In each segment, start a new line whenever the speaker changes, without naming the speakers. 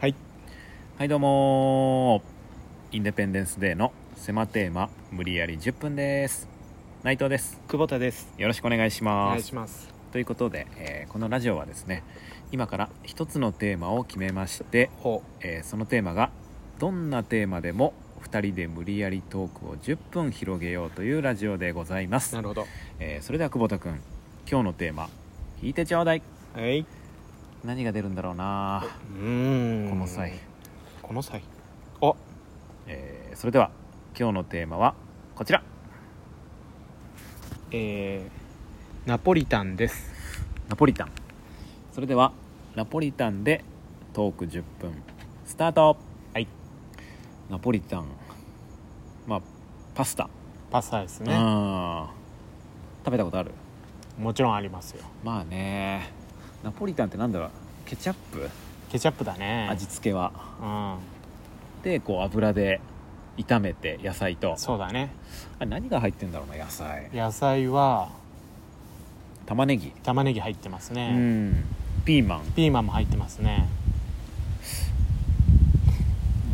はい
はいどうもーインデペンデンスデーの狭テーマ無理やり10分です内藤です
久保田です
よろしくお願いし
お
ま
願い
す
します
ということで、えーこのラジオはですね今から一つのテーマを決めまして、
ほ
えーそのテーマがどんなテーマでも2人で無理やりトークを10分広げようというラジオでございます
な、るほど
えーそれでは久保田君今日のテーマ引いてちょうだい
はい
何が出るんだろうな
うーん
この際
この際あ
えーそれでは今日のテーマはこちら
えー、ナポリタンです
ナポリタンそれではナポリタンでトーク10分スタートはいナポリタンまあパスタ、
パスタです
う
ね
ん食べたことある
もちろんありますよ
まあねナポリタンってなんだろうケチャップ
ケチャップだね
味付けは
うん
でこう油で炒めて野菜と
そうだね
あ何が入ってんだろうな野菜
野菜は
玉ねぎ
玉ねぎ入ってます
う
ね、
んピーマン
ピーマンも入ってますね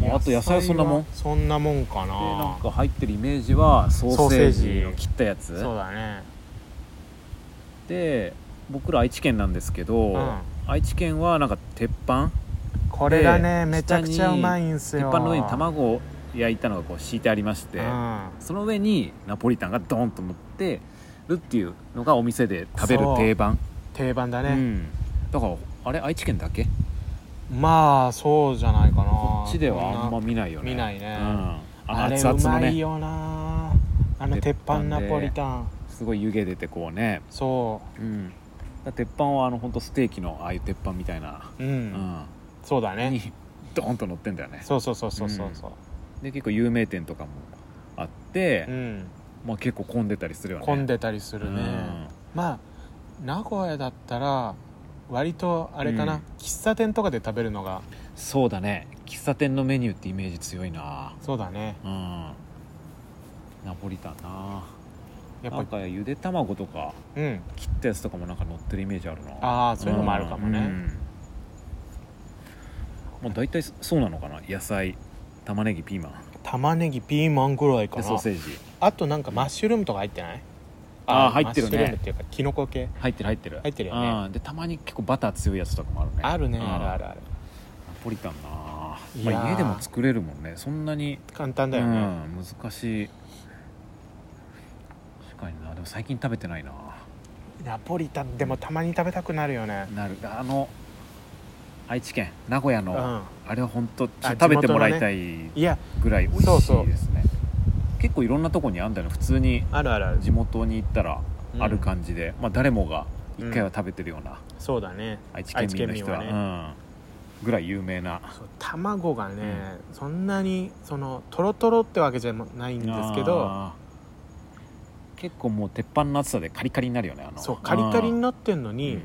もうあと野菜はそんなもん
野菜はそんなもんか
でな
なん
か入ってるイメージはソーセージの切ったやつ
そうだね
で僕ら愛知県なんですけど、
うん
愛知県はなんか鉄板
これがね
で
めちゃくちゃうまいんす
鉄
よ
板の上に卵を焼いたのがこう敷いてありまして、
うん
その上にナポリタンがドーンと乗ってるっていうのがお店で食べる定番、
定番だ
う
ね、
ん、だからあれ愛知県だけ
まあそうじゃないかな
こっちではあんま見ないよね
見ないね
うん、
あ
あ
れ
熱
う
々の
まい
ね
よなあの鉄板ナポリタン
すごい湯気出てこうね、
そ
うん、だから鉄板はあの本当ステーキのああいう鉄板みたいな、
ううん、
うん、
そうだね
にドーンと乗ってんだよね
そうそうそうそうそうそう
で結構有名店とかもあって、
うん、
まあ、結構混んでたりするよね
混んでたりするね、
うん
まあ名古屋だったら割とあれかな、
うん
喫茶店とかで食べるのが
そうだね喫茶店のメニューってイメージ強いな
そうだね
うんナポリタンな
やっぱ
なんかゆで卵とか
うん
切ったやつとかもなんか乗ってるイメージあるな
ああそういうのもあるかもね、
うんうんまあ、大体そうなのかな野菜玉ねぎピーマン
玉ねぎピーマンぐらいか
でソ
な
ーセージ
あとなんかマッシュルームとか入ってない
あー入ってるね
マッシュルームっていうかキノコ系
入ってる入ってる
入ってるよね
うん、でたまに結構バター強いやつとかもあるね
あるね
うん
あるあるある
ナポリタンなあ、
いやー
まあ、家でも作れるもんねそんなに、
簡単
うん、
だよね、
難しい確かになでも最近食べてないな
ナポリタンでもたまに食べたくなるよね
なるあの愛知県名古屋
う
の、
ん
あれは本当
あ
食べてもらいたい
いや
ぐらい美味し
そうそ
いうですね結構いろんなとこにあんだよね普通に
あるあるある
地元に行ったら
うん
ある感じで、まあ誰もが一回は食べてるような、
そうだね
愛知県民の人は
愛知県民
うん、ぐらい有名な
そう卵がね、そんなにそのトロトロってわけじゃないんですけど
あー結構もう鉄板の厚さでカリカリになるよねあの
そうカリカリになってんの
うん
に、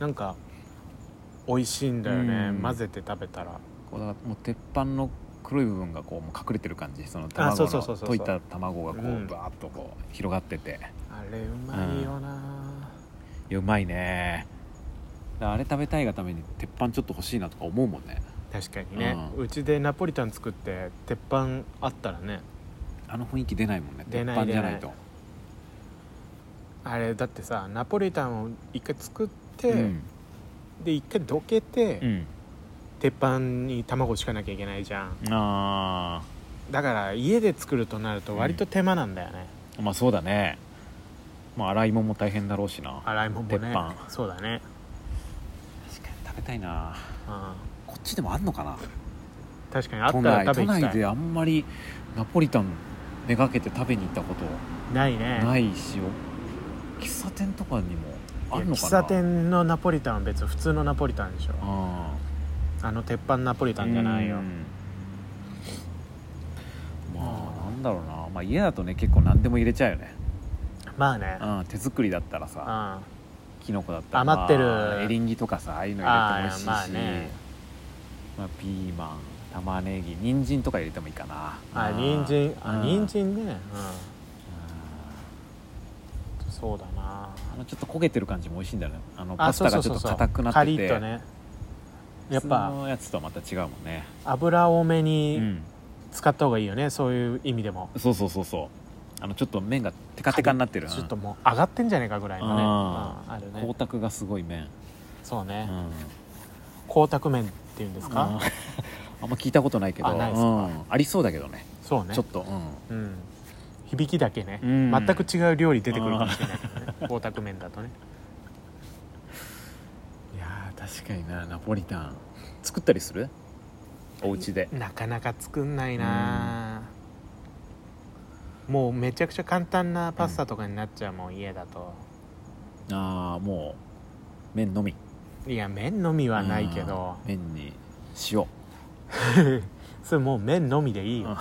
なんか美味しいんだよね、
うん
混ぜて食べたら
こうだからもう鉄板の黒い部分がこうもう隠れてる感じその
あ
卵
そう
の
そうそうそうそう
溶いた卵がこう
うん
バーッとこう広がってて
あれうまいよな、
いやうまいねだからあれ食べたいがために鉄板ちょっと欲しいなとか思うもんね
確かにね、
う
うちでナポリタン作って鉄板あったらね
あの雰囲気出ないもんね鉄
出ない
板じゃないと
あれだってさナポリタンを一回作って、
うん
で一回どけて、
うん
鉄板に卵敷かなきゃいけないじゃん
あ
だから家で作るとなると割と手間なんだよね、
ーまあそうだねまあ洗い物も大変だろうしな
洗い物もね
鉄板
そうだね、
確かに食べたいな
うん、
こっちでもあんのかな
確かにあった
都
ら
内
食べに
都
行き
内
たい
であんまりナポリタンめがけて食べに行ったこと
ないね
ないし、喫茶店とかにもあるのかな
喫茶店のナポリタンは別に普通のナポリタンでしょ
あ
あの鉄板ナポリ
あ
タンじゃないよ
うんまあなんだろうな、まあ、家だとね結構何でも入れちゃうよね、
まあね
うん、手作りだったら
うん
さ
あ
キノコだったら
余ってる
まあエリンギとかさああいうの入れても美味しいし
あーまあね
まあピーマン玉ねぎ人参とか入れてもいいかなうん
人参あ
うん
人参ね
うん
うんそうだな
あのちょっと焦げてる感じも美味しいんだよねあの
あ
パスタがちょっと
そうそうそうそう
硬くなってて
カリッとねやっ
普通
ぱ
のやつとはまた違うもんね
油多め
う
に
ん
使った方がいいよね、そういう意味でも
そうそうそうそうあのちょっと麺がテカテカになってる
ちょっともう上がってんじゃねえかぐらいのね
あ
うんある
うん光
ね
沢がすごい麺、
そう
う
ね、
ん、
光沢面っていうんです
あ
か、
ー あんま聞いたことないけど
あないです
う
か
ん、ありそうだけどね
そうね
ちょっと、うん
うん響きだけね、
うん
全く違う料理出てくるかもしれないけどね光沢面だとね
いやー確かになナポリタン作ったりするお家で
なかなか作んないなあ、もうめちゃくちゃ簡単なパスタとかになっちゃうもん、家だと
ああもう麺のみ
いや麺のみはないけど
うん麺に塩
それもう麺のみでいい
うん
よ、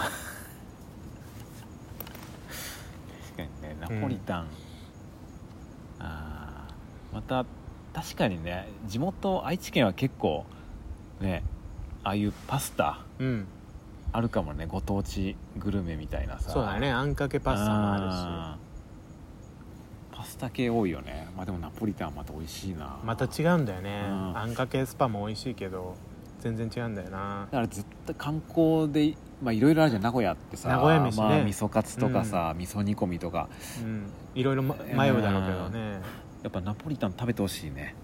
確かにねナポリタン、あーまた確かにね地元愛知県は結構ねああいうパスタ
うん
あるかもねご当地グルメみたいなさ
そうだねあんかけパスタもあ
あるしパスタ系多いよねまあでもナポリタンはまた美味しいな
るしまた違うんだよね、
うん
あんかけスパも美味しいけど全然違うんだよな
だから絶対観光でまあいろいろあるじゃん名古屋ってさ
名古屋飯ね
まあ、味噌カツとかさ、味噌煮込みとか
うんいろいろま迷うだろうけどね
やっぱナポリタン食べてほしいね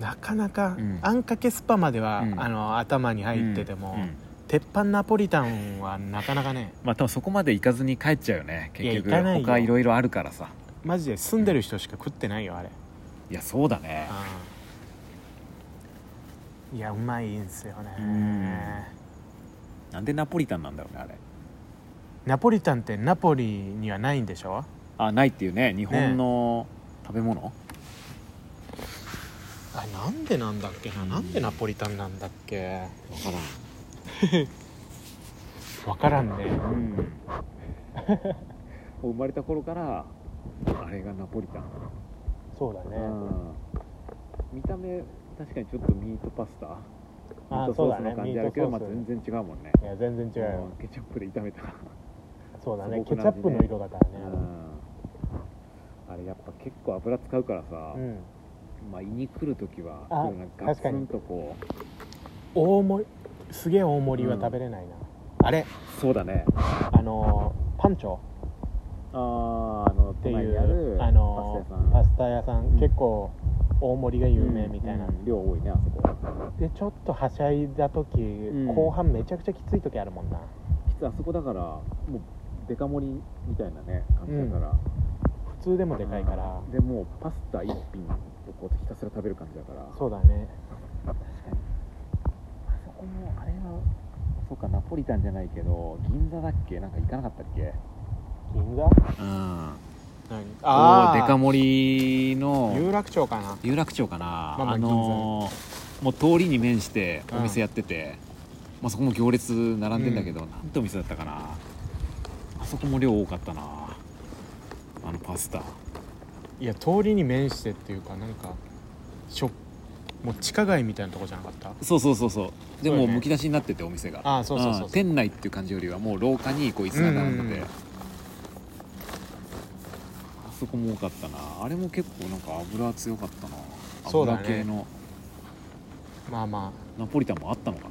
なかなか、
うん
あんかけスパまでは、
うん
あの頭に入ってても、
うんうん
鉄板ナポリタンはなかなかね
まあ多分そこまで行かずに帰っちゃうよね
いや
結局
行かないよ
他いろいろあるからさ
マジで住んでる人しか食ってないよあれ、
いやそうだね
うんいやうまいんすよね、
なんでナポリタンなんだろうねあれ
ナポリタンってナポリにはないんでしょ
あないっていうね日本の食べ物、
あなんでなんだっけななんでナポリタンなんだっけ
わから
分からんね
ん、うん、もう生まれた頃からあれがナポリタン
そうだね
見た目確かにちょっとミートパスタミ
あ
ート
そ
ソ
う
ー
だ
ス
ね
の感じあるけど、
ミー
ま
ト
あ、
ソース
全然違うもんね
いや全然違うよ
うんケチャップで炒めたら、
そうだね
素朴
ケチ
な
ャ
味
ッ
ね
プの色だからね
あれやっぱ結構油使うからさ、
うん
まあ胃に来る時は
あ
こうなんかガツンとこう
大盛りすげえ大盛りは食べれないな、あれ
そうだね
あのーパンチョっ
あーあの
て
都
い
内にあ
う
る
あのーパ
パス
スタ屋さん、
うん
結構大盛りが
タ屋さん
有名みたいな、
うんうん量多いねあそこ
でちょっとはしゃいだ時、
ん
後半めちゃくちゃきつい時あるもんな
きついあそこだからもうデカ盛りみたいなね感じだから、
普通でもでかいから
でもうパスタ一品をこうひたすら食べる感じだから
そうだね
あそこもあれはそうかナポリタンじゃないけど銀座だっけなんか行かなかったっけ
銀座
うん
何
あ
あ
デカ
あ
盛りの
有楽町かな
有楽町かな、
まあまあ
あのーもう通りに面して
うん
お店やってて、まあ、そこも行列並んでんだけど、なんてお店だったかなあそこも量多かったなあのパスタ
いや通りに面してっていうかなんかショッもう地下街みたいなとこじゃなかった
そうそうそうそうで
そ
も
うね
むき出しになっててお店が
ああそうそうそうそう
うん店内っていう感じよりはもう廊下にこう椅子が並んでて、
うんうんうん
あそこも多かったなあれも結構なんか油強かったな
そうだね
油系の
まあま
ナポリタンもあったのかな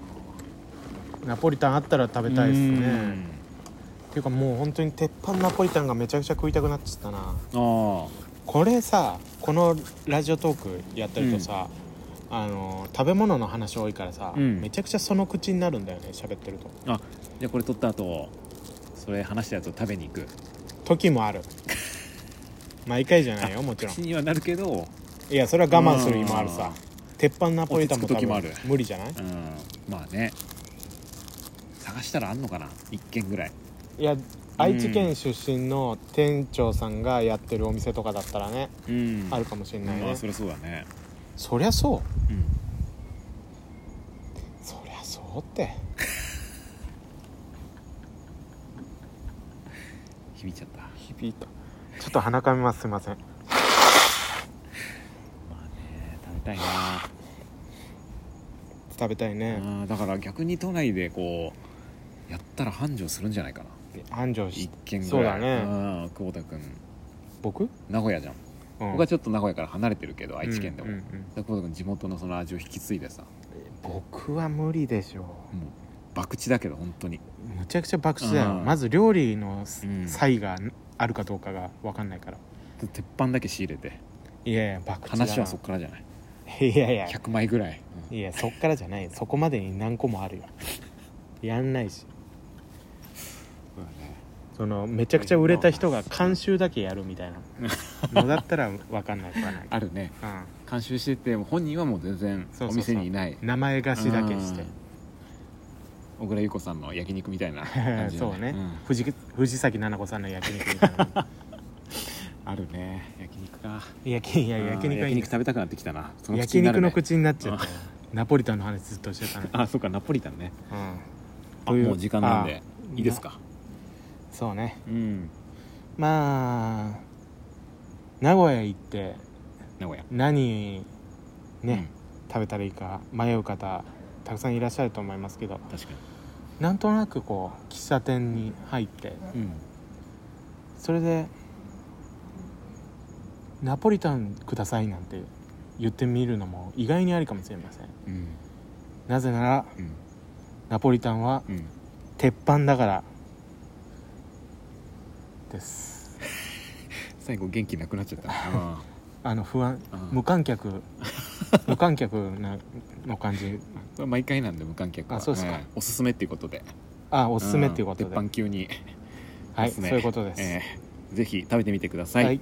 あナポリタンあったら食べたいです
う
ね
ん
っていうかもう本当に鉄板ナポリタンがめちゃくちゃ食いたくなっちゃったな
あ
これさこのラジオトークやってるとさ、あの食べ物の話多いからさ、
うん
めちゃくちゃその口になるんだよね喋ってると
ああじゃあこれ取った後それ話したやつを食べに行く
時もある 毎回じゃないよもちろん
口にはなるけど
いやそれは我慢する意もあるさ鉄板ナポリタンも多
落ち着く時もあ
分
る
無理じゃない
うんまあね探したらあんのかな一軒ぐらい
いや愛知県出身の店長さんがやってるお店とかだったらね、
うん
あるかもしれないね、
まあそりゃそうだね
そりゃそう
うん
そりゃそうって
響いちゃった
響いたちょっと鼻かみますすいません
まあね食べたいな、
食べたいね、
うんだから逆に都内でこうやったら繁盛するんじゃないかな
繁盛し
一軒ぐらい
そうだ
ん久保田君
僕、
名古屋じゃん、
うん
僕はちょっと名古屋から離れてるけど愛知県でも、
うんうんうん
で久保田君地元のその味を引き継いでさ
僕は無理でしょう
もう博打だけど本当に
むちゃくちゃ爆死だよ
うん
まず料理の
うん
差異があるかどうかが分かんないから
鉄板だけ仕入れて
いやいや爆死だな
話はそっからじゃない
いやいや
100枚ぐらい、
いやそっからじゃないそこまでに何個もあるよやんないし
そうだね
そのめちゃくちゃ売れた人が監修だけやるみたいなのだったら分かんないからない、
あるね
うん、
監修してても本人はもう全然
そうそうそう
お店にいない
名前貸しだけして
うん小倉優子さんの焼肉みたいな感じ だ
そうね、
ん
藤藤崎奈々子さんの焼肉みたいな
あるね焼肉か
いやいや
うん
焼肉はいいんです
食べたくなってきたなその口
焼
になる
肉
ね
の口になっちゃったよナポリタンの話ずっとしてたのに、
あそうかナポリタンね
うん
あ
という
もう時間なん
あ
で いいですか
そうね
うん
まあ名古屋行って
名古屋
何ね、食べたらいいか迷う方たくさんいらっしゃると思いますけど
うん確か
なんとなくこう喫茶店に入って
にうん
それで「ナポリタンください」なんて言ってみるのも意外にありかもしれません
うん
なぜなら
うん
ナポリタンは
うん
鉄板だからです
最後元気なくなっちゃった な
あの不安
うん
無観 客無観客なの感じ
これ毎回なんで無観客は
あそうですか
んおすすめっていうことで
あおすすめっていうこと
ん
で、
鉄板級に
はい
おすすめ
そういうことです、
ええぜひ食べてみてくださ
はい
い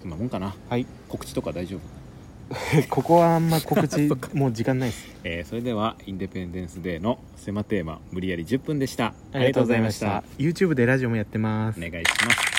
そんなもんかな
はい
告知とか大丈夫
ここはあんま告 知もう時間ないです
えーそれではインデペンデンスデーの狭テーマ無理やり10分でした
ありがとうございました YouTube でラジオもやってます
お願いします